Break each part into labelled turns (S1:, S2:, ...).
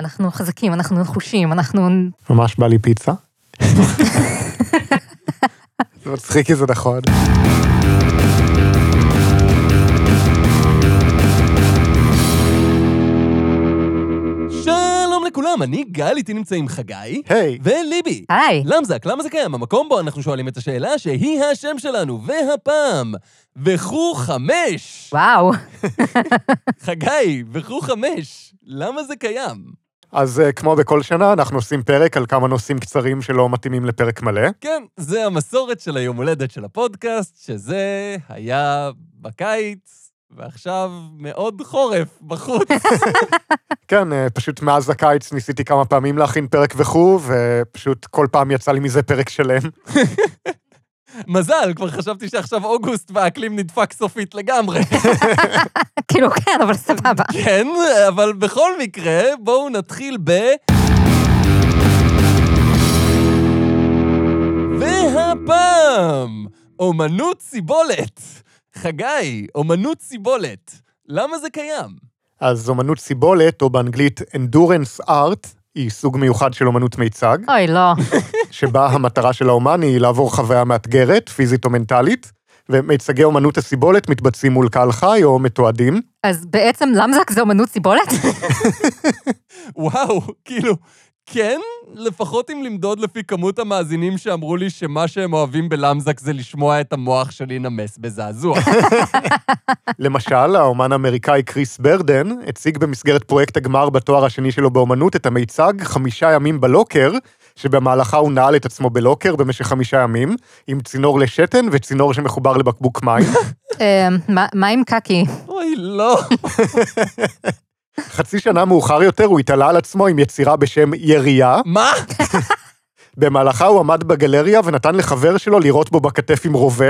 S1: אנחנו חזקים, אנחנו נחושים, אנחנו...
S2: ממש בא לי פיצה. זה מצחיק כי זה נכון.
S3: שלום לכולם, אני גל, איתי נמצאים חגי
S2: היי,
S3: וליבי.
S1: היי,
S3: למזק, למה זה קיים? המקום בו אנחנו שואלים את השאלה שהיא השם שלנו, והפעם, וכו חמש.
S1: וואו.
S3: חגי, וכו חמש, למה זה קיים?
S2: אז אה, כמו בכל שנה, אנחנו עושים פרק על כמה נושאים קצרים שלא מתאימים לפרק מלא.
S3: כן, זה המסורת של היום הולדת של הפודקאסט, שזה היה בקיץ, ועכשיו מאוד חורף בחוץ.
S2: כן, אה, פשוט מאז הקיץ ניסיתי כמה פעמים להכין פרק וכו', ופשוט כל פעם יצא לי מזה פרק שלם.
S3: מזל, כבר חשבתי שעכשיו אוגוסט והאקלים נדפק סופית לגמרי.
S1: כאילו, כן, אבל סבבה.
S3: כן, אבל בכל מקרה, בואו נתחיל ב... והפעם, אומנות סיבולת. חגי, אומנות סיבולת. למה זה קיים?
S2: אז אומנות סיבולת, או באנגלית Endurance Art, היא סוג מיוחד של אומנות מיצג,
S1: אוי, לא.
S2: שבה המטרה של האומן היא לעבור חוויה מאתגרת, פיזית או מנטלית, ומיצגי אומנות הסיבולת מתבצעים מול קהל חי או מתועדים.
S1: אז בעצם למזק זה אומנות סיבולת?
S3: וואו, כאילו, כן, לפחות אם למדוד לפי כמות המאזינים שאמרו לי שמה שהם אוהבים בלמזק זה לשמוע את המוח שלי נמס בזעזוע.
S2: למשל, האומן האמריקאי קריס ברדן הציג במסגרת פרויקט הגמר בתואר השני שלו באומנות את המיצג חמישה ימים בלוקר, שבמהלכה הוא נעל את עצמו בלוקר במשך חמישה ימים, עם צינור לשתן וצינור שמחובר לבקבוק מים.
S1: אה, מה- מה עם קקי?
S3: אוי, לא.
S2: חצי שנה מאוחר יותר הוא התעלה על עצמו עם יצירה בשם ירייה.
S3: מה?
S2: במהלכה הוא עמד בגלריה ונתן לחבר שלו לירות בו בכתף עם רובה.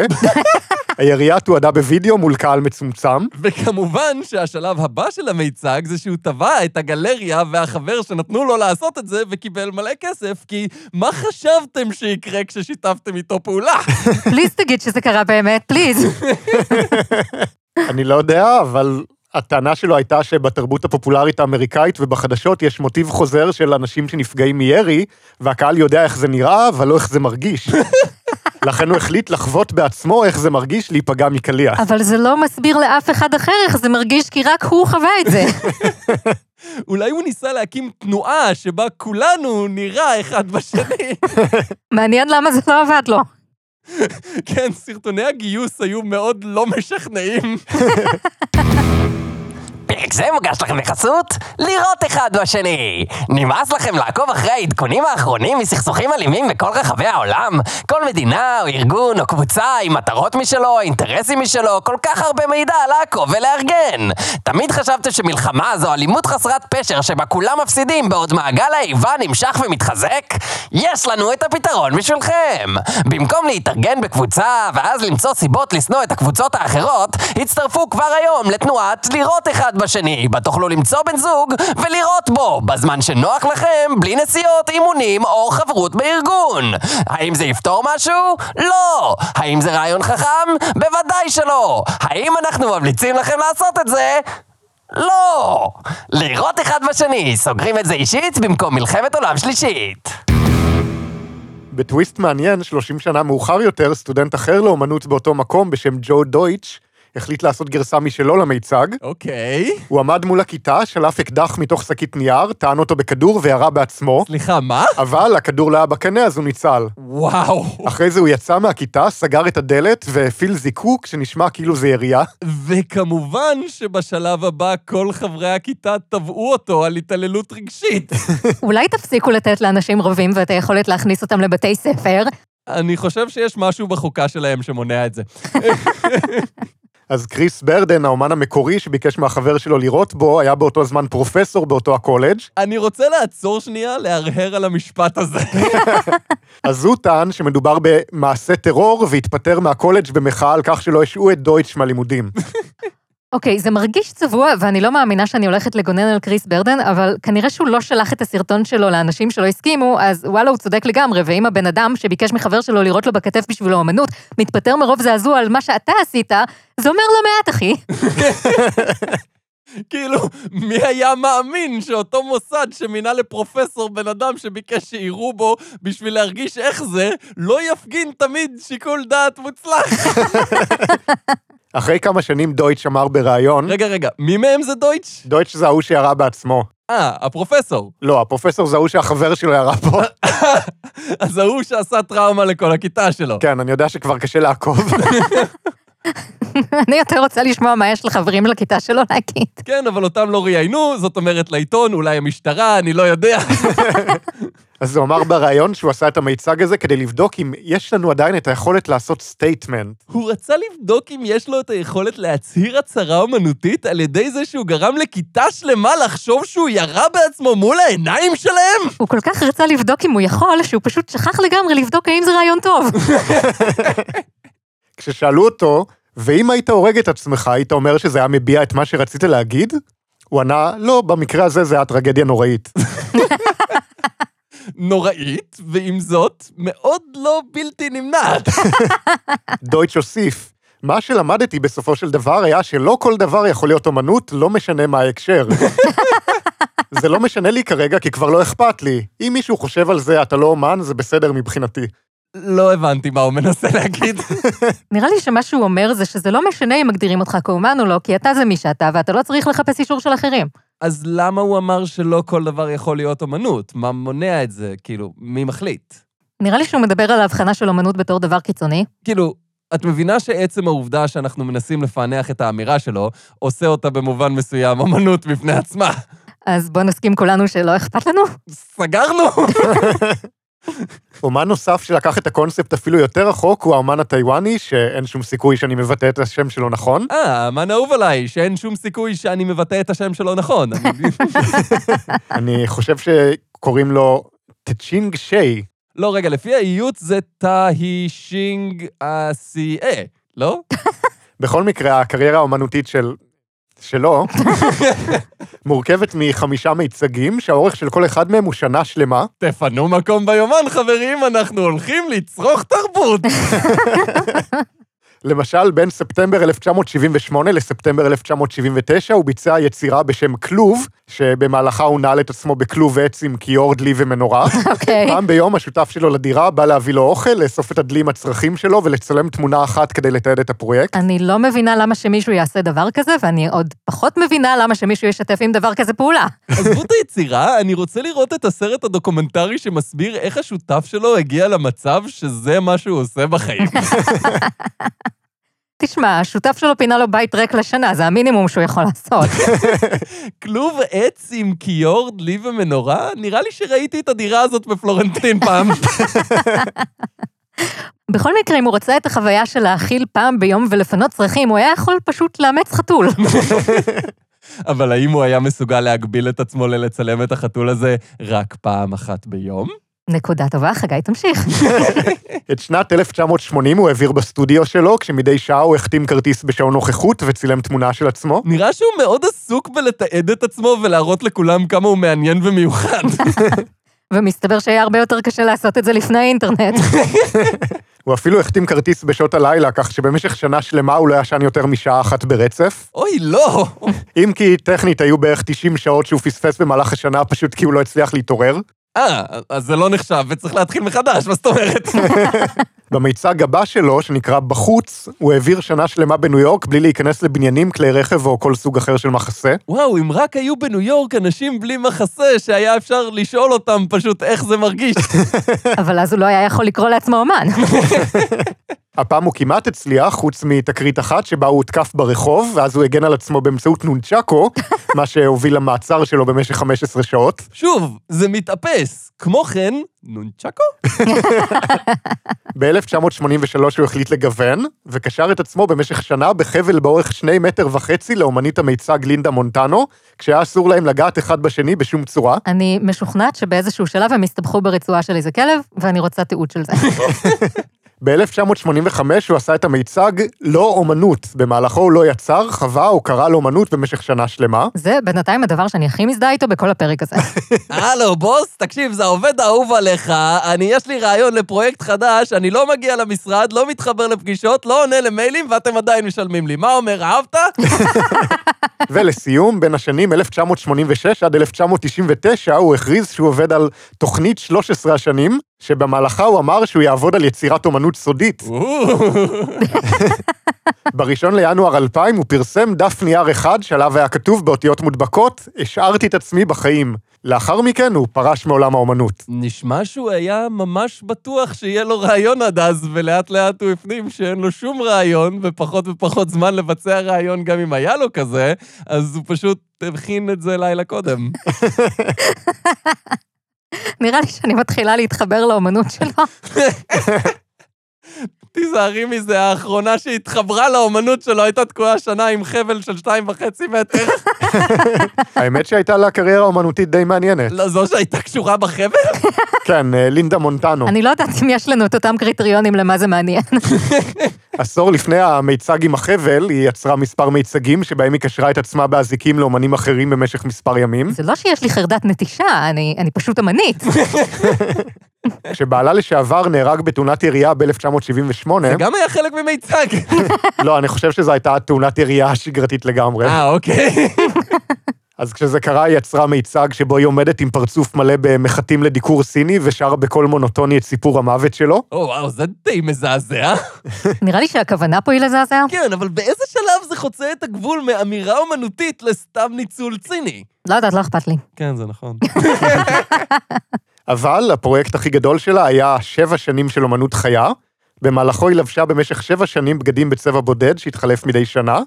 S2: הירייה תועדה בווידאו מול קהל מצומצם.
S3: וכמובן שהשלב הבא של המיצג זה שהוא תבע את הגלריה והחבר שנתנו לו לעשות את זה וקיבל מלא כסף, כי מה חשבתם שיקרה כששיתפתם איתו פעולה?
S1: פליז תגיד שזה קרה באמת, פליז.
S2: אני לא יודע, אבל הטענה שלו הייתה שבתרבות הפופולרית האמריקאית ובחדשות יש מוטיב חוזר של אנשים שנפגעים מירי, והקהל יודע איך זה נראה, אבל לא איך זה מרגיש. לכן הוא החליט לחוות בעצמו איך זה מרגיש להיפגע מקליע.
S1: אבל זה לא מסביר לאף אחד אחר איך זה מרגיש, כי רק הוא חווה את זה.
S3: אולי הוא ניסה להקים תנועה שבה כולנו נראה אחד בשני.
S1: מעניין למה זה לא עבד לו.
S3: כן, סרטוני הגיוס היו מאוד לא משכנעים.
S4: פרק זה מוגש לכם בחסות לירות אחד בשני. נמאס לכם לעקוב אחרי העדכונים האחרונים מסכסוכים אלימים בכל רחבי העולם? כל מדינה או ארגון או קבוצה עם מטרות משלו, אינטרסים משלו, כל כך הרבה מידע לעקוב ולארגן. תמיד חשבתם שמלחמה זו אלימות חסרת פשר שבה כולם מפסידים בעוד מעגל האיבה נמשך ומתחזק? יש לנו את הפתרון בשבילכם. במקום להתארגן בקבוצה ואז למצוא סיבות לשנוא את הקבוצות האחרות, הצטרפו כבר היום לתנועת לירות אחד בשני, בה תוכלו למצוא בן זוג ולירות בו, בזמן שנוח לכם, בלי נסיעות, אימונים או חברות בארגון. האם זה יפתור משהו? לא. האם זה רעיון חכם? בוודאי שלא. האם אנחנו ממליצים לכם לעשות את זה? לא! לירות אחד בשני, סוגרים את זה אישית במקום מלחמת עולם שלישית.
S2: בטוויסט מעניין, 30 שנה מאוחר יותר, סטודנט אחר לאומנות באותו מקום בשם ג'ו דויטש, החליט לעשות גרסה משלו למיצג.
S3: אוקיי.
S2: הוא עמד מול הכיתה, שלף אקדח מתוך שקית נייר, טען אותו בכדור וירה בעצמו,
S3: סליחה, מה?
S2: אבל הכדור לא היה בקנה אז הוא ניצל.
S3: וואו.
S2: אחרי זה הוא יצא מהכיתה, סגר את הדלת והפעיל זיקוק שנשמע כאילו זה ירייה.
S3: וכמובן שבשלב הבא כל חברי הכיתה תבעו אותו על התעללות רגשית.
S1: אולי תפסיקו לתת לאנשים רבים ואת היכולת להכניס אותם לבתי ספר?
S3: אני חושב שיש משהו בחוקה שלהם שמונע את זה.
S2: אז קריס ברדן, האומן המקורי שביקש מהחבר שלו לירות בו, היה באותו זמן פרופסור באותו הקולג',
S3: אני רוצה לעצור שנייה להרהר על המשפט הזה.
S2: אז הוא טען שמדובר במעשה טרור והתפטר מהקולג' במחאה על כך שלא השעו את דויטש מהלימודים.
S1: אוקיי, זה מרגיש צבוע, ואני לא מאמינה שאני הולכת לגונן על קריס ברדן, אבל כנראה שהוא לא שלח את הסרטון שלו לאנשים שלא הסכימו, אז וואלה, הוא צודק לגמרי, ואם הבן אדם שביקש מחבר שלו לירות לו בכתף בשביל האומנות, מתפטר מרוב זעזוע על מה שאתה עשית, זה אומר לא מעט, אחי.
S3: כאילו, מי היה מאמין שאותו מוסד שמינה לפרופסור בן אדם שביקש שיראו בו בשביל להרגיש איך זה, לא יפגין תמיד שיקול דעת מוצלח?
S2: אחרי כמה שנים דויטש אמר בריאיון,
S3: רגע, רגע, מי מהם זה דויטש?
S2: דויטש זה ההוא שירה בעצמו.
S3: אה, הפרופסור.
S2: לא, הפרופסור זה ההוא שהחבר שלו ירה פה.
S3: אז ההוא שעשה טראומה לכל הכיתה שלו.
S2: כן, אני יודע שכבר קשה לעקוב.
S1: אני יותר רוצה לשמוע מה יש לחברים לכיתה שלו להגיד.
S3: כן, אבל אותם לא ראיינו, זאת אומרת לעיתון, אולי המשטרה, אני לא יודע.
S2: אז הוא אמר בריאיון שהוא עשה את המיצג הזה כדי לבדוק אם יש לנו עדיין את היכולת לעשות סטייטמנט.
S3: הוא רצה לבדוק אם יש לו את היכולת להצהיר הצהרה אומנותית על ידי זה שהוא גרם לכיתה שלמה לחשוב שהוא ירה בעצמו מול העיניים שלהם?
S1: הוא כל כך רצה לבדוק אם הוא יכול, שהוא פשוט שכח לגמרי לבדוק האם זה רעיון טוב.
S2: כששאלו אותו, ואם היית הורג את עצמך, היית אומר שזה היה מביע את מה שרצית להגיד? הוא ענה, לא, במקרה הזה זה היה טרגדיה נוראית.
S3: נוראית, ועם זאת, מאוד לא בלתי נמנעת.
S2: דויטש הוסיף, מה שלמדתי בסופו של דבר היה שלא כל דבר יכול להיות אומנות, לא משנה מה ההקשר. זה לא משנה לי כרגע, כי כבר לא אכפת לי. אם מישהו חושב על זה, אתה לא אומן, זה בסדר מבחינתי.
S3: לא הבנתי מה הוא מנסה להגיד.
S1: נראה לי שמה שהוא אומר זה שזה לא משנה אם מגדירים אותך כאומן או לא, כי אתה זה מי שאתה, ואתה לא צריך לחפש אישור של אחרים.
S3: אז למה הוא אמר שלא כל דבר יכול להיות אומנות? מה מונע את זה? כאילו, מי מחליט?
S1: נראה לי שהוא מדבר על ההבחנה של אומנות בתור דבר קיצוני.
S3: כאילו, את מבינה שעצם העובדה שאנחנו מנסים לפענח את האמירה שלו, עושה אותה במובן מסוים אומנות בפני עצמה.
S1: אז בוא נסכים כולנו שלא אכפת לנו?
S3: סגרנו!
S2: אומן נוסף שלקח את הקונספט אפילו יותר רחוק הוא האומן הטיוואני, שאין שום סיכוי שאני מבטא את השם שלו נכון.
S3: אה, האמן האהוב עליי, שאין שום סיכוי שאני מבטא את השם שלו נכון. אני-
S2: אני חושב שקוראים לו טצ'ינג שיי.
S3: לא, רגע, לפי האיות זה טהישינג אסיה, לא?
S2: בכל מקרה, הקריירה האומנותית של... שלו, מורכבת מחמישה מיצגים, שהאורך של כל אחד מהם הוא שנה שלמה.
S3: תפנו מקום ביומן, חברים, אנחנו הולכים לצרוך תרבות.
S2: למשל, בין ספטמבר 1978 לספטמבר 1979 הוא ביצע יצירה בשם כלוב, שבמהלכה הוא נעל את עצמו בכלוב עץ עם כיור, דלי ומנורה.
S1: אוקיי.
S2: פעם ביום השותף שלו לדירה בא להביא לו אוכל, לאסוף את הדלי עם הצרכים שלו ולצלם תמונה אחת כדי לתעד את הפרויקט.
S1: אני לא מבינה למה שמישהו יעשה דבר כזה, ואני עוד פחות מבינה למה שמישהו ישתף עם דבר כזה פעולה.
S3: עזבו את היצירה, אני רוצה לראות את הסרט הדוקומנטרי שמסביר איך השותף שלו הגיע למצב שזה מה שהוא עושה בחיים.
S1: תשמע, השותף שלו פינה לו בית ריק לשנה, זה המינימום שהוא יכול לעשות.
S3: כלוב עץ עם כיור, דלי ומנורה? נראה לי שראיתי את הדירה הזאת בפלורנטין פעם.
S1: בכל מקרה, אם הוא רצה את החוויה של להאכיל פעם ביום ולפנות צרכים, הוא היה יכול פשוט לאמץ חתול.
S3: אבל האם הוא היה מסוגל להגביל את עצמו ללצלם את החתול הזה רק פעם אחת ביום?
S1: נקודה טובה, חגי, תמשיך.
S2: את שנת 1980 הוא העביר בסטודיו שלו, כשמדי שעה הוא החתים כרטיס בשעון נוכחות וצילם תמונה של עצמו.
S3: נראה שהוא מאוד עסוק בלתעד את עצמו ולהראות לכולם כמה הוא מעניין ומיוחד.
S1: ומסתבר שהיה הרבה יותר קשה לעשות את זה לפני האינטרנט.
S2: הוא אפילו החתים כרטיס בשעות הלילה, כך שבמשך שנה שלמה הוא לא ישן יותר משעה אחת ברצף.
S3: אוי, לא!
S2: אם כי טכנית היו בערך 90 שעות שהוא פספס במהלך השנה פשוט כי הוא לא הצליח להתעורר.
S3: אה, אז זה לא נחשב וצריך להתחיל מחדש, מה זאת אומרת?
S2: במיצג הבא שלו, שנקרא בחוץ, הוא העביר שנה שלמה בניו יורק בלי להיכנס לבניינים, כלי רכב או כל סוג אחר של מחסה.
S3: וואו, אם רק היו בניו יורק אנשים בלי מחסה שהיה אפשר לשאול אותם פשוט איך זה מרגיש.
S1: אבל אז הוא לא היה יכול לקרוא לעצמו אומן.
S2: הפעם הוא כמעט הצליח, חוץ מתקרית אחת שבה הוא הותקף ברחוב, ואז הוא הגן על עצמו באמצעות נונצ'קו, מה שהוביל למעצר שלו במשך 15 שעות.
S3: שוב, זה מתאפס. כמו כן, נונצ'קו?
S2: ב-1983 הוא החליט לגוון, וקשר את עצמו במשך שנה בחבל באורך שני מטר וחצי לאומנית המיצג לינדה מונטנו, כשהיה אסור להם לגעת אחד בשני בשום צורה.
S1: אני משוכנעת שבאיזשהו שלב הם הסתבכו ברצועה של איזה כלב, ואני רוצה תיעוד של זה.
S2: ב-1985 הוא עשה את המיצג לא אומנות, במהלכו הוא לא יצר, חווה או קרא לאומנות במשך שנה שלמה.
S1: זה בינתיים הדבר שאני הכי מזדהה איתו בכל הפרק הזה.
S3: הלו, בוס, תקשיב, זה העובד האהוב עליך, אני, יש לי רעיון לפרויקט חדש, אני לא מגיע למשרד, לא מתחבר לפגישות, לא עונה למיילים, ואתם עדיין משלמים לי. מה אומר, אהבת?
S2: ולסיום, בין השנים 1986 עד 1999 הוא הכריז שהוא עובד על תוכנית 13 השנים, שבמהלכה הוא אמר שהוא יעבוד על יצירת אומנות סודית. בראשון לינואר 2000 הוא פרסם דף נייר אחד שעליו היה כתוב באותיות מודבקות, השארתי את עצמי בחיים. לאחר מכן הוא פרש מעולם האומנות.
S3: נשמע שהוא היה ממש בטוח שיהיה לו רעיון עד אז, ולאט לאט הוא הפנים שאין לו שום רעיון, ופחות ופחות זמן לבצע רעיון גם אם היה לו כזה, אז הוא פשוט הכין את זה לילה קודם.
S1: נראה לי שאני מתחילה להתחבר לאומנות שלו.
S3: תיזהרי מזה, האחרונה שהתחברה לאומנות שלו הייתה תקועה שנה עם חבל של שתיים וחצי מטר.
S2: האמת שהייתה לה קריירה אומנותית די מעניינת.
S3: לא, זו שהייתה קשורה בחבל?
S2: כן, אה, לינדה מונטנו.
S1: אני לא יודעת אם יש לנו את אותם קריטריונים למה זה מעניין.
S2: עשור לפני המיצג עם החבל, היא יצרה מספר מיצגים שבהם היא קשרה את עצמה באזיקים לאומנים אחרים במשך מספר ימים.
S1: זה לא שיש לי חרדת נטישה, אני, אני פשוט אמנית.
S2: כשבעלה לשעבר נהרג בתאונת ירייה ב-1978,
S3: זה גם היה חלק ממיצג.
S2: לא, אני חושב שזו הייתה תאונת ירייה שגרתית לגמרי.
S3: אה, אוקיי.
S2: אז כשזה קרה, היא יצרה מיצג שבו היא עומדת עם פרצוף מלא במחטים לדיקור סיני ושרה בקול מונוטוני את סיפור המוות שלו.
S3: או, וואו, זה די מזעזע.
S1: נראה לי שהכוונה פה היא לזעזע.
S3: כן, אבל באיזה שלב זה חוצה את הגבול מאמירה אומנותית לסתם ניצול ציני?
S1: לא יודעת, לא אכפת לי.
S3: כן, זה נכון.
S2: אבל הפרויקט הכי גדול שלה היה שבע שנים של אומנות חיה. במהלכו היא לבשה במשך שבע שנים בגדים בצבע בודד שהתחלף מדי שנה,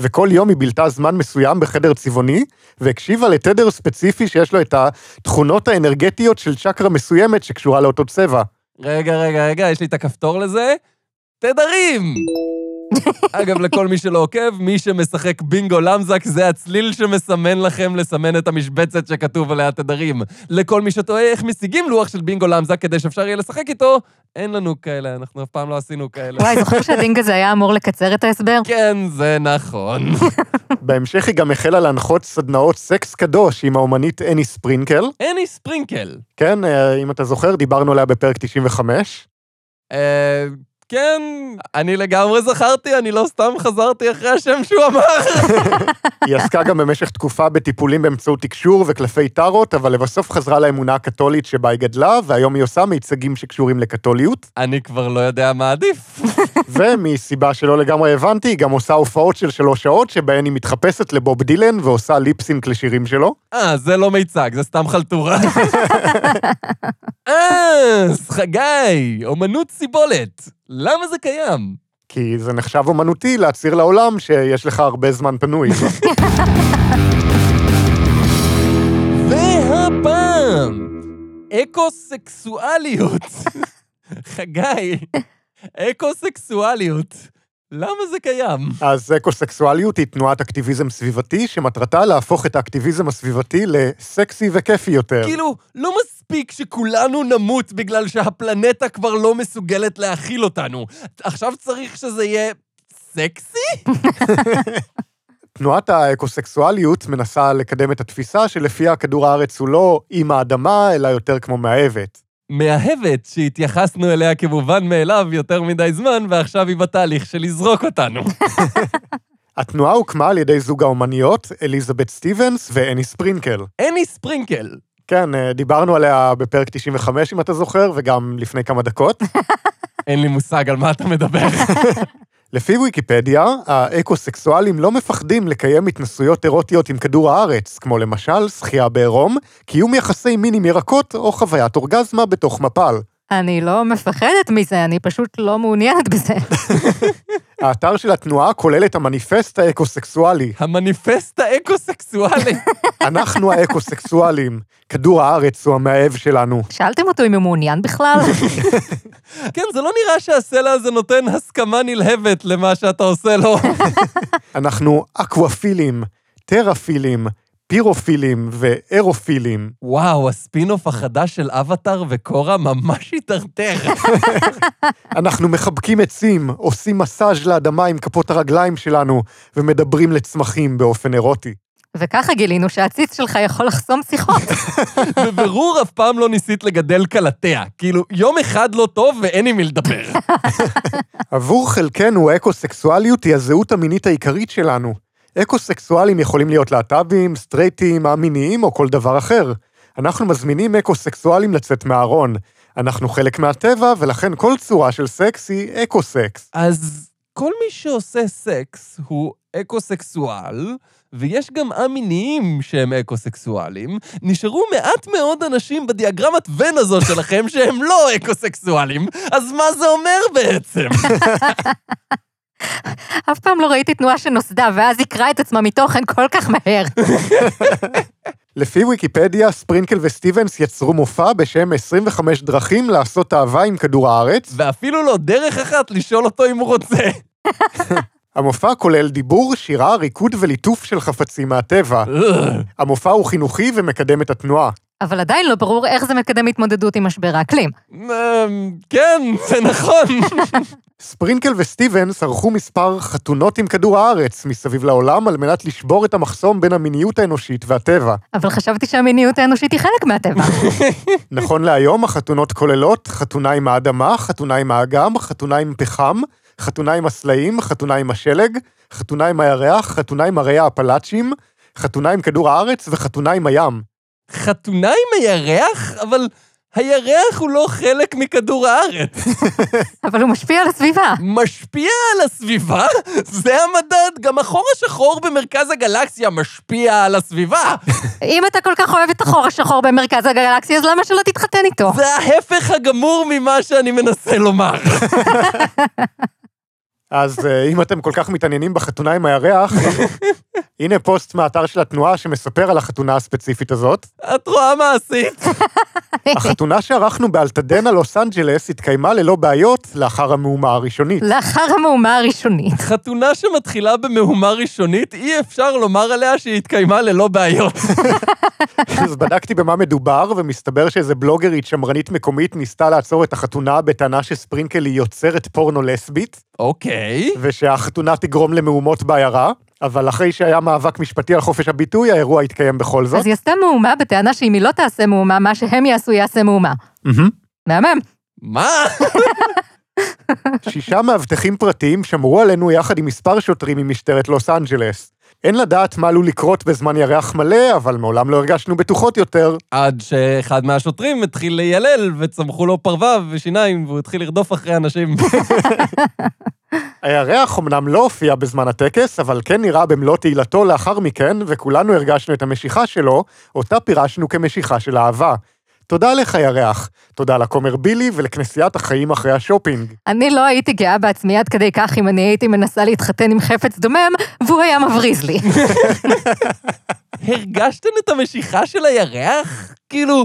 S2: וכל יום היא בילתה זמן מסוים בחדר צבעוני, והקשיבה לתדר ספציפי שיש לו את התכונות האנרגטיות של צ'קרה מסוימת שקשורה לאותו צבע.
S3: רגע, רגע, רגע, יש לי את הכפתור לזה. תדרים! אגב, לכל מי שלא עוקב, מי שמשחק בינגו למזק זה הצליל שמסמן לכם לסמן את המשבצת שכתוב עליה תדרים. לכל מי שתוהה איך משיגים לוח של בינגו למזק כדי שאפשר יהיה לשחק איתו, אין לנו כאלה, אנחנו אף פעם לא עשינו כאלה.
S1: וואי, זוכר שהדינג הזה היה אמור לקצר את ההסבר?
S3: כן, זה נכון.
S2: בהמשך היא גם החלה להנחות סדנאות סקס קדוש עם האומנית אני ספרינקל.
S3: אני ספרינקל.
S2: כן, אה, אם אתה זוכר, דיברנו עליה בפרק 95.
S3: אה, כן, אני לגמרי זכרתי, אני לא סתם חזרתי אחרי השם שהוא אמר.
S2: היא עסקה גם במשך תקופה בטיפולים באמצעות תקשור וקלפי טארות, אבל לבסוף חזרה לאמונה הקתולית שבה היא גדלה, והיום היא עושה מיצגים שקשורים לקתוליות,
S3: אני כבר לא יודע מה עדיף.
S2: ומסיבה שלא לגמרי הבנתי, היא גם עושה הופעות של שלוש שעות, שבהן היא מתחפשת לבוב דילן ועושה ליפסינק לשירים שלו.
S3: אה, זה לא מיצג, זה סתם חלטורה. אה, אז חגי, אומנות סיבולת. למה זה קיים?
S2: כי זה נחשב אומנותי להצהיר לעולם שיש לך הרבה זמן פנוי.
S3: והפעם, אקו-סקסואליות. חגי, אקו-סקסואליות. למה זה קיים?
S2: אז אקוסקסואליות היא תנועת אקטיביזם סביבתי, שמטרתה להפוך את האקטיביזם הסביבתי לסקסי וכיפי יותר.
S3: כאילו, לא מספיק שכולנו נמות בגלל שהפלנטה כבר לא מסוגלת להכיל אותנו. עכשיו צריך שזה יהיה סקסי?
S2: תנועת האקוסקסואליות מנסה לקדם את התפיסה שלפיה כדור הארץ הוא לא עם האדמה, אלא יותר כמו מאהבת.
S3: מאהבת שהתייחסנו אליה כמובן מאליו יותר מדי זמן, ועכשיו היא בתהליך של לזרוק אותנו.
S2: התנועה הוקמה על ידי זוג האומניות, אליזבת סטיבנס ואני ספרינקל.
S3: אני ספרינקל.
S2: כן, אה, דיברנו עליה בפרק 95, אם אתה זוכר, וגם לפני כמה דקות.
S3: אין לי מושג על מה אתה מדבר.
S2: לפי ויקיפדיה, האקוסקסואלים לא מפחדים לקיים התנסויות אירוטיות עם כדור הארץ, כמו למשל שחייה בעירום, קיום יחסי מין עם ירקות או חוויית אורגזמה בתוך מפל.
S1: אני לא מפחדת מזה, אני פשוט לא מעוניינת בזה.
S2: האתר של התנועה כולל את המניפסט האקוסקסואלי.
S3: המניפסט האקו-סקסואלי.
S2: אנחנו האקוסקסואלים, כדור הארץ הוא המאהב שלנו.
S1: שאלתם אותו אם הוא מעוניין בכלל?
S3: כן, זה לא נראה שהסלע הזה נותן הסכמה נלהבת למה שאתה עושה לו.
S2: אנחנו אקוואפילים, טראפילים, פירופילים ואירופילים.
S3: וואו, הספינוף החדש של אבטאר וקורה ממש הידרדר.
S2: אנחנו מחבקים עצים, עושים מסאז' לאדמה עם כפות הרגליים שלנו, ומדברים לצמחים באופן אירוטי.
S1: וככה גילינו שהציץ שלך יכול לחסום שיחות.
S3: בבירור אף פעם לא ניסית לגדל קלטיה. כאילו, יום אחד לא טוב ואין עם מי לדבר.
S2: עבור חלקנו, האקוסקסואליות היא הזהות המינית העיקרית שלנו. אקו-סקסואלים יכולים להיות להט"בים, סטרייטים, א-מיניים או כל דבר אחר. אנחנו מזמינים אקו-סקסואלים לצאת מהארון. אנחנו חלק מהטבע, ולכן כל צורה של סקס היא אקו-סקס.
S3: אז כל מי שעושה סקס הוא אקו-סקסואל, ויש גם א-מיניים שהם אקו-סקסואלים. נשארו מעט מאוד אנשים בדיאגרמת ון הזו שלכם שהם לא אקו-סקסואלים, אז מה זה אומר בעצם?
S1: אף פעם לא ראיתי תנועה שנוסדה, ואז עיקרה את עצמה מתוכן כל כך מהר.
S2: לפי ויקיפדיה, ספרינקל וסטיבנס יצרו מופע בשם 25 דרכים לעשות אהבה עם כדור הארץ.
S3: ואפילו לא דרך אחת לשאול אותו אם הוא רוצה.
S2: המופע כולל דיבור, שירה, ריקוד וליטוף של חפצים מהטבע. המופע הוא חינוכי ומקדם את התנועה.
S1: אבל עדיין לא ברור איך זה מקדם התמודדות עם משבר האקלים.
S3: אמ, כן, זה נכון.
S2: ספרינקל וסטיבנס ערכו מספר חתונות עם כדור הארץ מסביב לעולם על מנת לשבור את המחסום בין המיניות האנושית והטבע.
S1: אבל חשבתי שהמיניות האנושית היא חלק מהטבע.
S2: נכון להיום החתונות כוללות חתונה עם האדמה, חתונה עם האגם, חתונה עם פחם, חתונה עם הסלעים, חתונה עם השלג, חתונה עם הירח, חתונה עם הרי האפלצ'ים, חתונה עם כדור הארץ וחתונה עם הים.
S3: חתונה עם הירח? אבל הירח הוא לא חלק מכדור הארץ.
S1: אבל הוא משפיע על הסביבה.
S3: משפיע על הסביבה? זה המדד, גם החור השחור במרכז הגלקסיה משפיע על הסביבה.
S1: אם אתה כל כך אוהב את החור השחור במרכז הגלקסיה, אז למה שלא תתחתן איתו?
S3: זה ההפך הגמור ממה שאני מנסה לומר.
S2: אז אה, אם אתם כל כך מתעניינים בחתונה עם הירח, הנה פוסט מהאתר של התנועה שמספר על החתונה הספציפית הזאת.
S3: את רואה מעשית.
S2: החתונה שערכנו באלטדנה, לוס אנג'לס, התקיימה ללא בעיות לאחר המהומה הראשונית.
S1: לאחר המהומה הראשונית.
S3: חתונה שמתחילה במהומה ראשונית, אי אפשר לומר עליה שהיא התקיימה ללא בעיות.
S2: אז בדקתי במה מדובר, ומסתבר שאיזה בלוגרית שמרנית מקומית ניסתה לעצור את החתונה בטענה שספרינקל היא יוצרת פורנו לסבית,
S3: אוקיי.
S2: ושהחתונה תגרום למהומות בעיירה, אבל אחרי שהיה מאבק משפטי על חופש הביטוי, האירוע התקיים בכל זאת.
S1: אז היא עשתה מהומה בטענה שאם היא לא תעשה מהומה, מה שהם יעשו יעשה מהומה.
S2: מהמם.
S1: מהמם.
S3: מה?
S2: שישה מאבטחים פרטיים שמרו עלינו יחד עם מספר שוטרים ממשטרת לוס אנג'לס. אין לדעת מה עלול לקרות בזמן ירח מלא, אבל מעולם לא הרגשנו בטוחות יותר.
S3: עד שאחד מהשוטרים התחיל לילל, וצמחו לו פרווה ושיניים, והוא התחיל לרדוף אחרי אנשים.
S2: הירח אמנם לא הופיע בזמן הטקס, אבל כן נראה במלוא תהילתו לאחר מכן, וכולנו הרגשנו את המשיכה שלו, אותה פירשנו כמשיכה של אהבה. תודה לך, ירח. תודה לכומר בילי ולכנסיית החיים אחרי השופינג.
S1: אני לא הייתי גאה בעצמי עד כדי כך אם אני הייתי מנסה להתחתן עם חפץ דומם, והוא היה מבריז לי.
S3: הרגשתם את המשיכה של הירח? כאילו,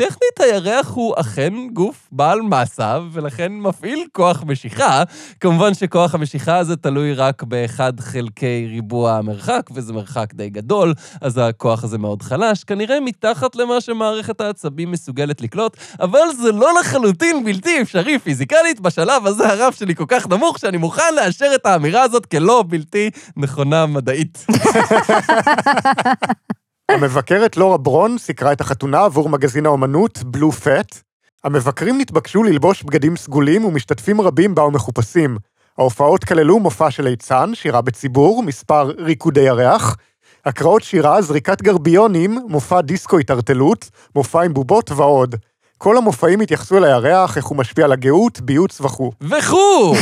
S3: טכנית הירח הוא אכן גוף בעל מסה, ולכן מפעיל כוח משיכה. כמובן שכוח המשיכה הזה תלוי רק באחד חלקי ריבוע המרחק, וזה מרחק די גדול, אז הכוח הזה מאוד חלש, כנראה מתחת למה שמערכת העצבים מסוגלת לקלוט, אבל זה לא לחלוטין בלתי אפשרי פיזיקלית, בשלב הזה הרף שלי כל כך נמוך, שאני מוכן לאשר את האמירה הזאת כלא בלתי נכונה מדעית.
S2: המבקרת לורה ברון סיקרה את החתונה עבור מגזין האומנות בלו פט. המבקרים נתבקשו ללבוש בגדים סגולים ומשתתפים רבים באו מחופשים. ההופעות כללו מופע של ליצן, שירה בציבור, מספר ריקודי ירח, הקראות שירה, זריקת גרביונים, מופע דיסקו התערטלות, מופע עם בובות ועוד. כל המופעים התייחסו אל הירח, איך הוא משפיע על הגאות, ביוץ וכו'.
S3: וכו'.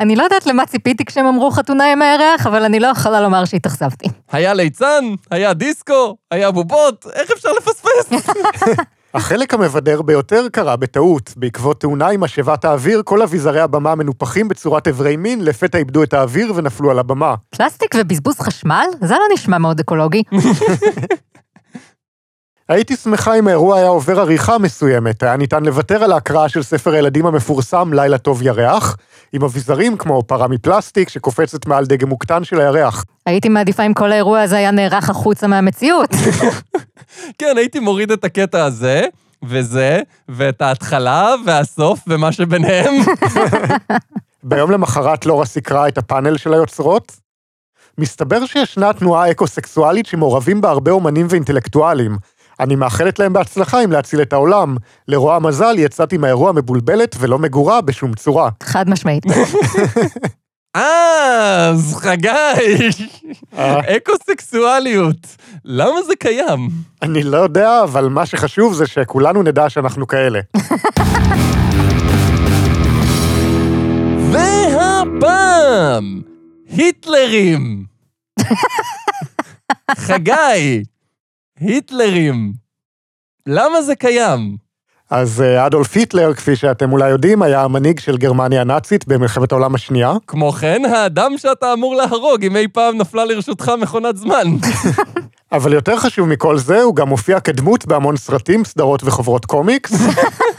S1: אני לא יודעת למה ציפיתי כשהם אמרו חתונה עם הירח, אבל אני לא יכולה לומר שהתאכזבתי.
S3: היה ליצן, היה דיסקו, היה בובות, איך אפשר לפספס?
S2: החלק המבדר ביותר קרה בטעות. בעקבות תאונה עם משאבת האוויר, כל אביזרי הבמה מנופחים בצורת איברי מין, לפתע איבדו את האוויר ונפלו על הבמה.
S1: פלסטיק ובזבוז חשמל? זה לא נשמע מאוד אקולוגי.
S2: הייתי שמחה אם האירוע היה עובר עריכה מסוימת, היה ניתן לוותר על ההקראה של ספר הילדים המפורסם "לילה טוב ירח", עם אביזרים כמו פרה מפלסטיק שקופצת מעל דגם מוקטן של הירח.
S1: הייתי מעדיפה אם כל האירוע הזה היה נערך החוצה מהמציאות.
S3: כן, הייתי מוריד את הקטע הזה, וזה, ואת ההתחלה, והסוף, ומה שביניהם.
S2: ביום למחרת לורה סיקרה את הפאנל של היוצרות. מסתבר שישנה תנועה אקו-סקסואלית שמעורבים בה הרבה אומנים ואינטלקטואלים. אני מאחלת להם בהצלחה עם להציל את העולם. לרוע המזל יצאתי מהאירוע מבולבלת ולא מגורה בשום צורה.
S1: חד משמעית.
S3: אה, אז חגי, אה. אקו-סקסואליות, למה זה קיים?
S2: אני לא יודע, אבל מה שחשוב זה שכולנו נדע שאנחנו כאלה.
S3: והפעם, היטלרים. חגי, היטלרים. למה זה קיים?
S2: אז אה, אדולף היטלר, כפי שאתם אולי יודעים, היה המנהיג של גרמניה הנאצית במלחמת העולם השנייה.
S3: כמו כן, האדם שאתה אמור להרוג אם אי פעם נפלה לרשותך מכונת זמן.
S2: אבל יותר חשוב מכל זה, הוא גם הופיע כדמות בהמון סרטים, סדרות וחוברות קומיקס.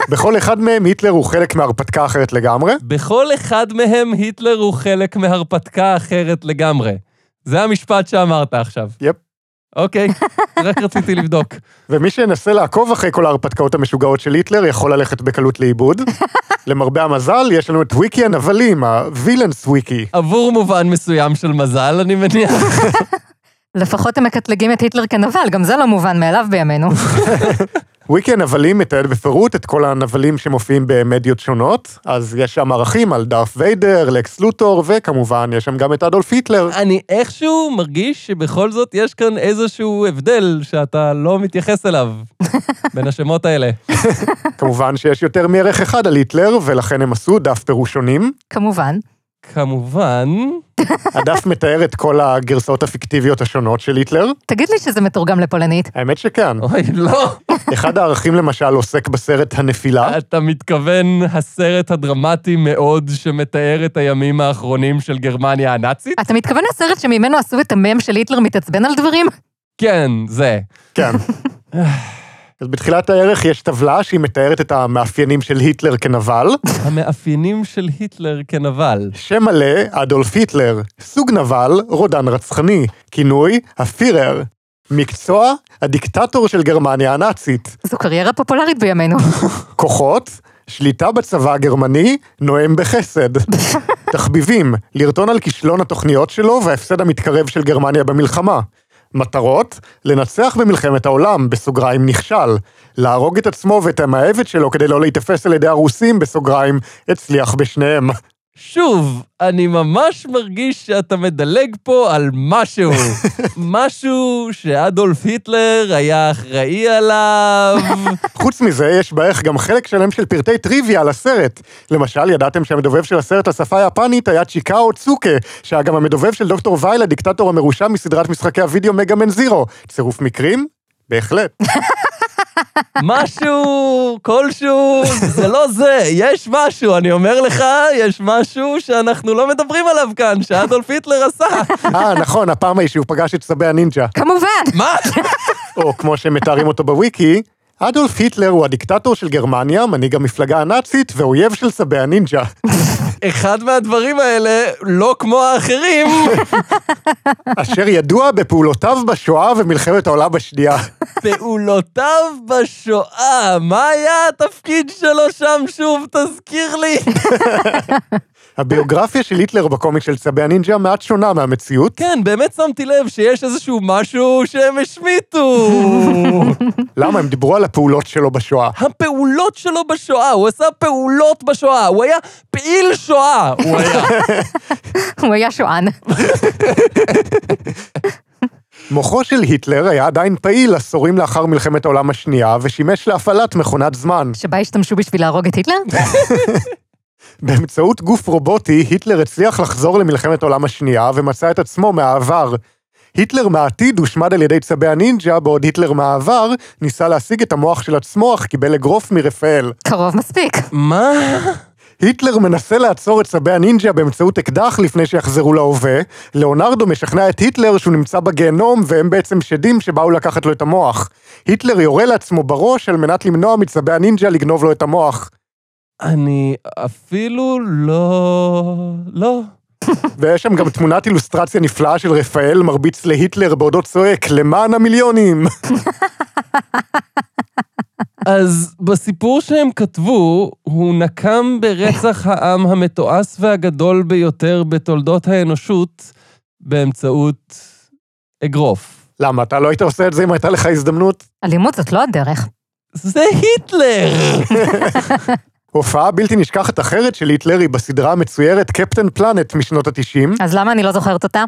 S2: בכל אחד מהם היטלר הוא חלק מהרפתקה אחרת לגמרי.
S3: בכל אחד מהם היטלר הוא חלק מהרפתקה אחרת לגמרי. זה המשפט שאמרת עכשיו.
S2: יפ.
S3: אוקיי, רק רציתי לבדוק.
S2: ומי שינסה לעקוב אחרי כל ההרפתקאות המשוגעות של היטלר יכול ללכת בקלות לאיבוד. למרבה המזל, יש לנו את ויקי הנבלים, הווילנס ויקי.
S3: עבור מובן מסוים של מזל, אני מניח.
S1: לפחות הם מקטלגים את היטלר כנבל, גם זה לא מובן מאליו בימינו.
S2: ויקי הנבלים מתעד בפירוט את כל הנבלים שמופיעים במדיות שונות, אז יש שם ערכים על דארף ויידר, לקס לוטור, וכמובן, יש שם גם את אדולף היטלר.
S3: אני איכשהו מרגיש שבכל זאת יש כאן איזשהו הבדל שאתה לא מתייחס אליו בין השמות האלה.
S2: כמובן שיש יותר מערך אחד על היטלר, ולכן הם עשו דף פירוש שונים.
S1: כמובן.
S3: כמובן,
S2: הדף מתאר את כל הגרסאות הפיקטיביות השונות של היטלר.
S1: תגיד לי שזה מתורגם לפולנית.
S2: האמת שכן.
S3: אוי, לא.
S2: אחד הערכים למשל עוסק בסרט הנפילה.
S3: אתה מתכוון הסרט הדרמטי מאוד שמתאר את הימים האחרונים של גרמניה הנאצית?
S1: אתה מתכוון לסרט שממנו עשו את המם של היטלר מתעצבן על דברים?
S3: כן, זה.
S2: כן. אז בתחילת הערך יש טבלה שהיא מתארת את המאפיינים של היטלר כנבל.
S3: המאפיינים של היטלר כנבל.
S2: שם מלא, אדולף היטלר. סוג נבל, רודן רצחני. כינוי, הפירר. מקצוע, הדיקטטור של גרמניה הנאצית.
S1: זו קריירה פופולרית בימינו.
S2: כוחות, שליטה בצבא הגרמני, נואם בחסד. תחביבים, לרטון על כישלון התוכניות שלו וההפסד המתקרב של גרמניה במלחמה. מטרות, לנצח במלחמת העולם, בסוגריים נכשל. להרוג את עצמו ואת המאהבת שלו כדי לא להיתפס על ידי הרוסים, בסוגריים הצליח בשניהם.
S3: שוב, אני ממש מרגיש שאתה מדלג פה על משהו. משהו שאדולף היטלר היה אחראי עליו.
S2: חוץ מזה, יש בערך גם חלק שלם של פרטי טריוויה על הסרט. למשל, ידעתם שהמדובב של הסרט לשפה היפנית היה צ'יקאו צוקה, שהיה גם המדובב של דוקטור וייל, הדיקטטור המרושע מסדרת משחקי הוידאו מגה מן זירו. צירוף מקרים? בהחלט.
S3: משהו, כלשהו, זה לא זה, יש משהו, אני אומר לך, יש משהו שאנחנו לא מדברים עליו כאן, שאדולף היטלר עשה.
S2: אה, נכון, הפעם ההיא שהוא פגש את צבי הנינג'ה.
S1: כמובן!
S3: מה?
S2: או כמו שמתארים אותו בוויקי, אדולף היטלר הוא הדיקטטור של גרמניה, מנהיג המפלגה הנאצית ואויב של צבי הנינג'ה.
S3: אחד מהדברים האלה, לא כמו האחרים,
S2: אשר ידוע בפעולותיו בשואה ומלחמת העולם השנייה.
S3: פעולותיו בשואה, מה היה התפקיד שלו שם שוב? תזכיר לי.
S2: הביוגרפיה של היטלר בקומיק של צבי הנינג'ה מעט שונה מהמציאות.
S3: כן, באמת שמתי לב שיש איזשהו משהו שהם השמיטו.
S2: למה? הם דיברו על הפעולות שלו בשואה.
S3: הפעולות שלו בשואה, הוא עשה פעולות בשואה, הוא היה פעיל שואה, הוא היה.
S1: הוא היה שוען.
S2: מוחו של היטלר היה עדיין פעיל עשורים לאחר מלחמת העולם השנייה, ושימש להפעלת מכונת זמן.
S1: שבה השתמשו בשביל להרוג את היטלר?
S2: באמצעות גוף רובוטי, היטלר הצליח לחזור למלחמת העולם השנייה, ומצא את עצמו מהעבר. היטלר מהעתיד הושמד על ידי צבי הנינג'ה, בעוד היטלר מהעבר ניסה להשיג את המוח של עצמו, אך קיבל אגרוף מרפאל.
S1: קרוב מספיק.
S3: מה?
S2: היטלר מנסה לעצור את צבי הנינג'ה באמצעות אקדח לפני שיחזרו להווה, ליאונרדו משכנע את היטלר שהוא נמצא בגיהנום והם בעצם שדים שבאו לקחת לו את המוח. היטלר יורה לעצמו בראש על מנת למנוע מצבי הנינג'ה לגנוב לו את המוח.
S3: אני אפילו לא... לא.
S2: ויש שם גם תמונת אילוסטרציה נפלאה של רפאל מרביץ להיטלר בעודו צועק למען המיליונים.
S3: אז בסיפור שהם כתבו, הוא נקם ברצח העם המתועש והגדול ביותר בתולדות האנושות באמצעות אגרוף.
S2: למה, אתה לא היית עושה את זה אם הייתה לך הזדמנות?
S1: אלימות זאת לא הדרך.
S3: זה היטלר!
S2: הופעה בלתי נשכחת אחרת של היטלר היא בסדרה המצוירת קפטן פלנט משנות ה-90.
S1: אז למה אני לא זוכרת אותה?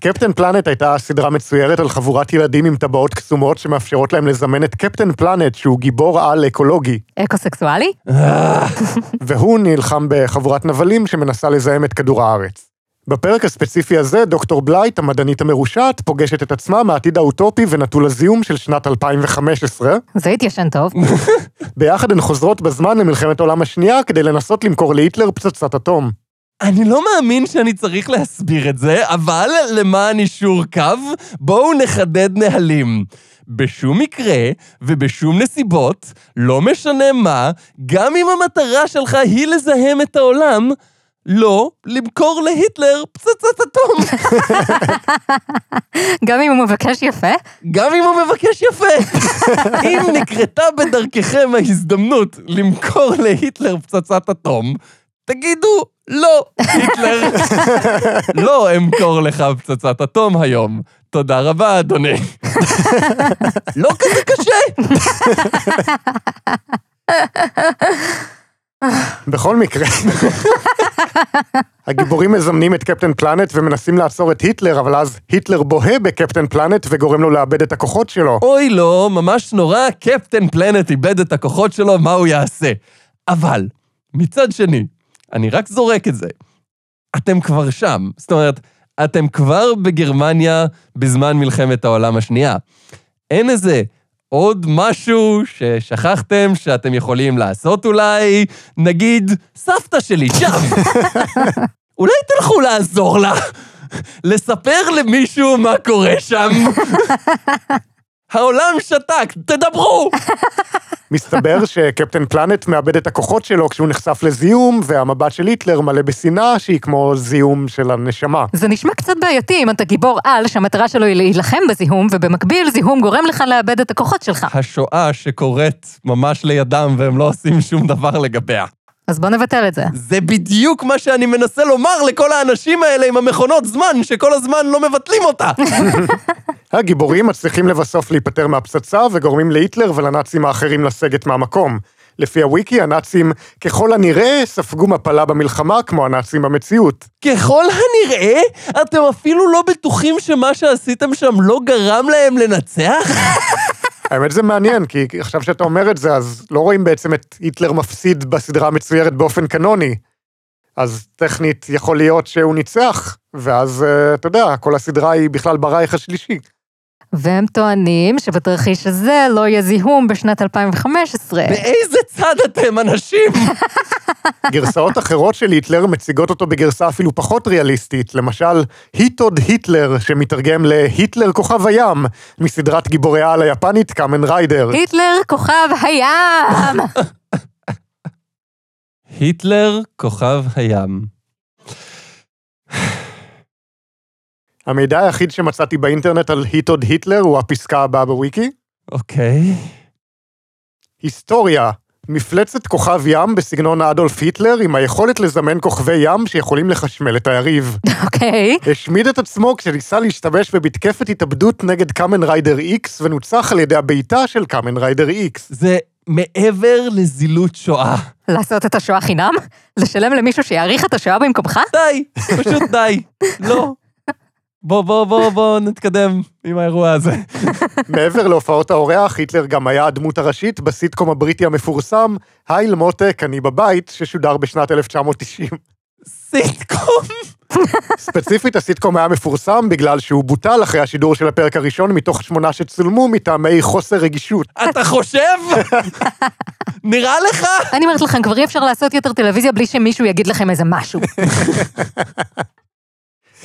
S2: קפטן פלנט הייתה סדרה מצוירת על חבורת ילדים עם טבעות קסומות שמאפשרות להם לזמן את קפטן פלנט שהוא גיבור על אקולוגי,
S1: אקו-סקסואלי?
S2: והוא נלחם בחבורת נבלים שמנסה לזהם את כדור הארץ. בפרק הספציפי הזה, דוקטור בלייט, המדענית המרושעת, פוגשת את עצמה מהעתיד האוטופי ונטול הזיהום של שנת 2015.
S1: זה התיישן טוב.
S2: ביחד הן חוזרות בזמן למלחמת העולם השנייה כדי לנסות למכור להיטלר פצצת אטום.
S3: אני לא מאמין שאני צריך להסביר את זה, אבל למען אישור קו, בואו נחדד נהלים. בשום מקרה ובשום נסיבות, לא משנה מה, גם אם המטרה שלך היא לזהם את העולם, לא למכור להיטלר פצצת אטום.
S1: גם אם הוא מבקש יפה?
S3: גם אם הוא מבקש יפה. אם נקרתה בדרככם ההזדמנות למכור להיטלר פצצת אטום, תגידו, לא, היטלר, לא אמכור לך פצצת אטום היום. תודה רבה, אדוני. לא כזה קשה.
S2: בכל מקרה, הגיבורים מזמנים את קפטן פלנט ומנסים לעצור את היטלר, אבל אז היטלר בוהה בקפטן פלנט וגורם לו לאבד את הכוחות שלו.
S3: אוי לא, ממש נורא, קפטן פלנט איבד את הכוחות שלו, מה הוא יעשה? אבל, מצד שני, אני רק זורק את זה. אתם כבר שם. זאת אומרת, אתם כבר בגרמניה בזמן מלחמת העולם השנייה. אין איזה עוד משהו ששכחתם שאתם יכולים לעשות אולי, נגיד, סבתא שלי שם. אולי תלכו לעזור לה, לספר למישהו מה קורה שם. העולם שתק, תדברו!
S2: מסתבר שקפטן פלנט מאבד את הכוחות שלו כשהוא נחשף לזיהום, והמבט של היטלר מלא בשנאה שהיא כמו זיהום של הנשמה.
S1: זה נשמע קצת בעייתי אם אתה גיבור על שהמטרה שלו היא להילחם בזיהום, ובמקביל זיהום גורם לך לאבד את הכוחות שלך.
S3: השואה שקורית ממש לידם והם לא עושים שום דבר לגביה.
S1: אז בוא נבטל את זה.
S3: זה בדיוק מה שאני מנסה לומר לכל האנשים האלה עם המכונות זמן, שכל הזמן לא מבטלים אותה.
S2: הגיבורים מצליחים לבסוף להיפטר מהפצצה וגורמים להיטלר ולנאצים האחרים לסגת מהמקום. לפי הוויקי, הנאצים ככל הנראה ספגו מפלה במלחמה כמו הנאצים במציאות.
S3: ככל הנראה, אתם אפילו לא בטוחים שמה שעשיתם שם לא גרם להם לנצח?
S2: האמת זה מעניין, כי עכשיו שאתה אומר את זה, אז לא רואים בעצם את היטלר מפסיד בסדרה המצוירת באופן קנוני. אז טכנית יכול להיות שהוא ניצח, ואז, אה, אתה יודע, כל הסדרה היא בכלל ברייך השלישי.
S1: והם טוענים שבתרחיש הזה לא יהיה זיהום בשנת 2015.
S3: באיזה צד אתם, אנשים?
S2: גרסאות אחרות של היטלר מציגות אותו בגרסה אפילו פחות ריאליסטית, למשל, היטוד היטלר, שמתרגם להיטלר כוכב הים, מסדרת גיבורי העל היפנית קאמן ריידר.
S1: היטלר כוכב הים!
S3: היטלר, כוכב הים.
S2: המידע היחיד שמצאתי באינטרנט על היטוד היטלר הוא הפסקה הבאה בוויקי.
S3: אוקיי.
S2: היסטוריה, מפלצת כוכב ים בסגנון אדולף היטלר עם היכולת לזמן כוכבי ים שיכולים לחשמל את היריב.
S1: אוקיי.
S2: השמיד את עצמו כשניסה להשתמש במתקפת התאבדות נגד קאמן ריידר איקס ונוצח על ידי הבעיטה של קאמן ריידר איקס.
S3: זה מעבר לזילות שואה.
S1: לעשות את השואה חינם? לשלם למישהו שיעריך את השואה במקומך?
S3: די, פשוט די. לא. בוא, בוא, בוא, בוא נתקדם עם האירוע הזה.
S2: מעבר להופעות האורח, היטלר גם היה הדמות הראשית בסיטקום הבריטי המפורסם, הייל מותק, אני בבית, ששודר בשנת 1990.
S3: סיטקום.
S2: ספציפית, הסיטקום היה מפורסם בגלל שהוא בוטל אחרי השידור של הפרק הראשון מתוך שמונה שצולמו מטעמי חוסר רגישות.
S3: אתה חושב? נראה לך?
S1: אני אומרת לכם, כבר אי אפשר לעשות יותר טלוויזיה בלי שמישהו יגיד לכם איזה משהו.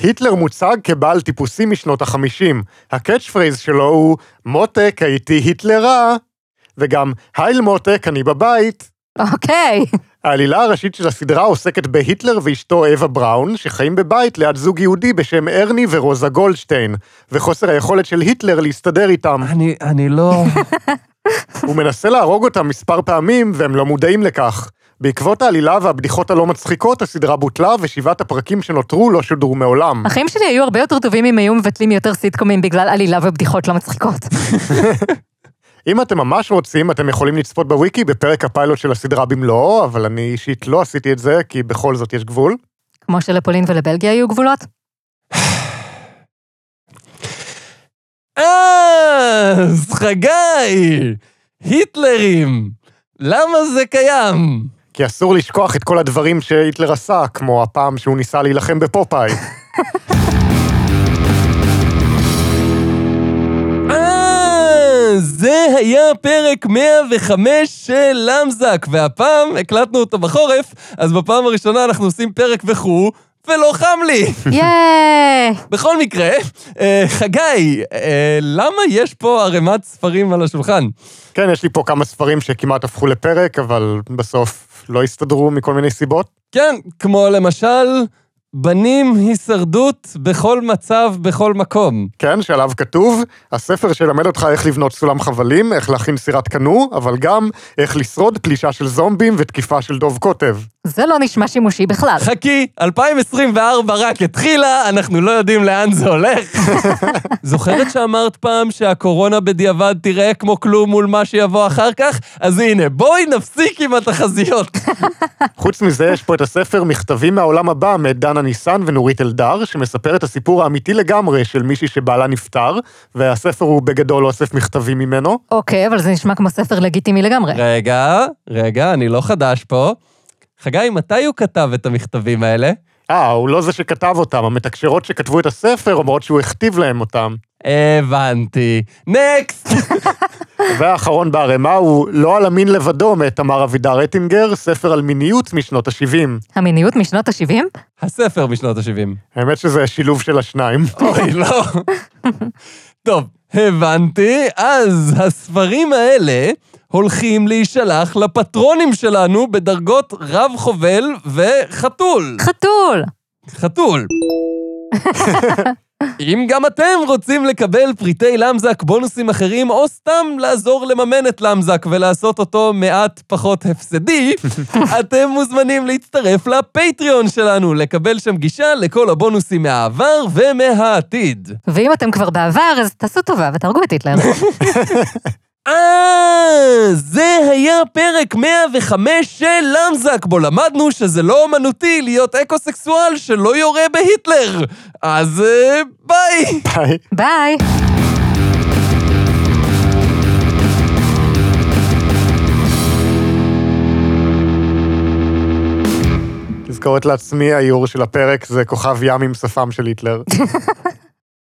S2: היטלר מוצג כבעל טיפוסי משנות החמישים. הקאץ' פרייז שלו הוא מותק, הייתי היטלרה, וגם הייל מותק, אני בבית.
S1: אוקיי.
S2: העלילה הראשית של הסדרה עוסקת בהיטלר ואשתו אווה בראון, שחיים בבית ליד זוג יהודי בשם ארני ורוזה גולדשטיין, וחוסר היכולת של היטלר להסתדר איתם.
S3: אני, אני לא...
S2: הוא מנסה להרוג אותם מספר פעמים, והם לא מודעים לכך. בעקבות העלילה והבדיחות הלא מצחיקות, הסדרה בוטלה, ושבעת הפרקים שנותרו לא שודרו מעולם.
S1: החיים שלי היו הרבה יותר טובים אם היו מבטלים יותר סיטקומים בגלל עלילה ובדיחות לא מצחיקות.
S2: אם אתם ממש רוצים, אתם יכולים לצפות בוויקי בפרק הפיילוט של הסדרה במלואו, אבל אני אישית לא עשיתי את זה, כי בכל זאת יש גבול.
S1: כמו שלפולין ולבלגיה היו גבולות?
S3: אז חגי, היטלרים, למה זה קיים?
S2: כי אסור לשכוח את כל הדברים שהיטלר עשה, כמו הפעם שהוא ניסה להילחם בפופאי.
S3: אה, זה היה פרק 105 של למזק, והפעם הקלטנו אותו בחורף, אז בפעם הראשונה אנחנו עושים פרק וכו', ולא חם לי.
S1: ייי!
S3: בכל מקרה, אה, חגי, אה, למה יש פה ערימת ספרים על השולחן?
S2: כן, יש לי פה כמה ספרים שכמעט הפכו לפרק, אבל בסוף לא הסתדרו מכל מיני סיבות.
S3: כן, כמו למשל, בנים הישרדות בכל מצב, בכל מקום.
S2: כן, שעליו כתוב, הספר שלמד אותך איך לבנות סולם חבלים, איך להכין סירת קנו, אבל גם איך לשרוד פלישה של זומבים ותקיפה של דוב קוטב.
S1: זה לא נשמע שימושי בכלל.
S3: חכי, 2024 רק התחילה, אנחנו לא יודעים לאן זה הולך. זוכרת שאמרת פעם שהקורונה בדיעבד תיראה כמו כלום מול מה שיבוא אחר כך? אז הנה, בואי נפסיק עם התחזיות.
S2: חוץ מזה, יש פה את הספר "מכתבים מהעולם הבא" מאת דנה ניסן ונורית אלדר, שמספר את הסיפור האמיתי לגמרי של מישהי שבעלה נפטר, והספר הוא בגדול אוסף מכתבים ממנו.
S1: אוקיי, אבל זה נשמע כמו ספר לגיטימי לגמרי.
S3: רגע, רגע, אני לא חדש פה. חגי, מתי הוא כתב את המכתבים האלה?
S2: אה, הוא לא זה שכתב אותם, המתקשרות שכתבו את הספר אומרות שהוא הכתיב להם אותם.
S3: הבנתי. נקסט!
S2: והאחרון בערימה הוא "לא על המין לבדו" מאת תמר אבידר אטינגר, ספר על מיניות משנות ה-70.
S1: המיניות משנות ה-70?
S3: הספר משנות ה-70.
S2: האמת שזה שילוב של השניים.
S3: אוי, לא. טוב, הבנתי. אז הספרים האלה הולכים להישלח לפטרונים שלנו בדרגות רב חובל וחתול.
S1: חתול!
S3: חתול. אם גם אתם רוצים לקבל פריטי למזק, בונוסים אחרים, או סתם לעזור לממן את למזק ולעשות אותו מעט פחות הפסדי, אתם מוזמנים להצטרף לפטריון שלנו, לקבל שם גישה לכל הבונוסים מהעבר ומהעתיד.
S1: ואם אתם כבר בעבר, אז תעשו טובה ותהרגו את היטלר.
S3: אה, זה היה פרק 105 של למזק, בו למדנו שזה לא אומנותי להיות אקו-סקסואל שלא יורה בהיטלר. אז אה, ביי!
S2: די.
S1: ביי!
S2: תזכורת לעצמי, האיור של הפרק זה כוכב ים עם שפם של היטלר.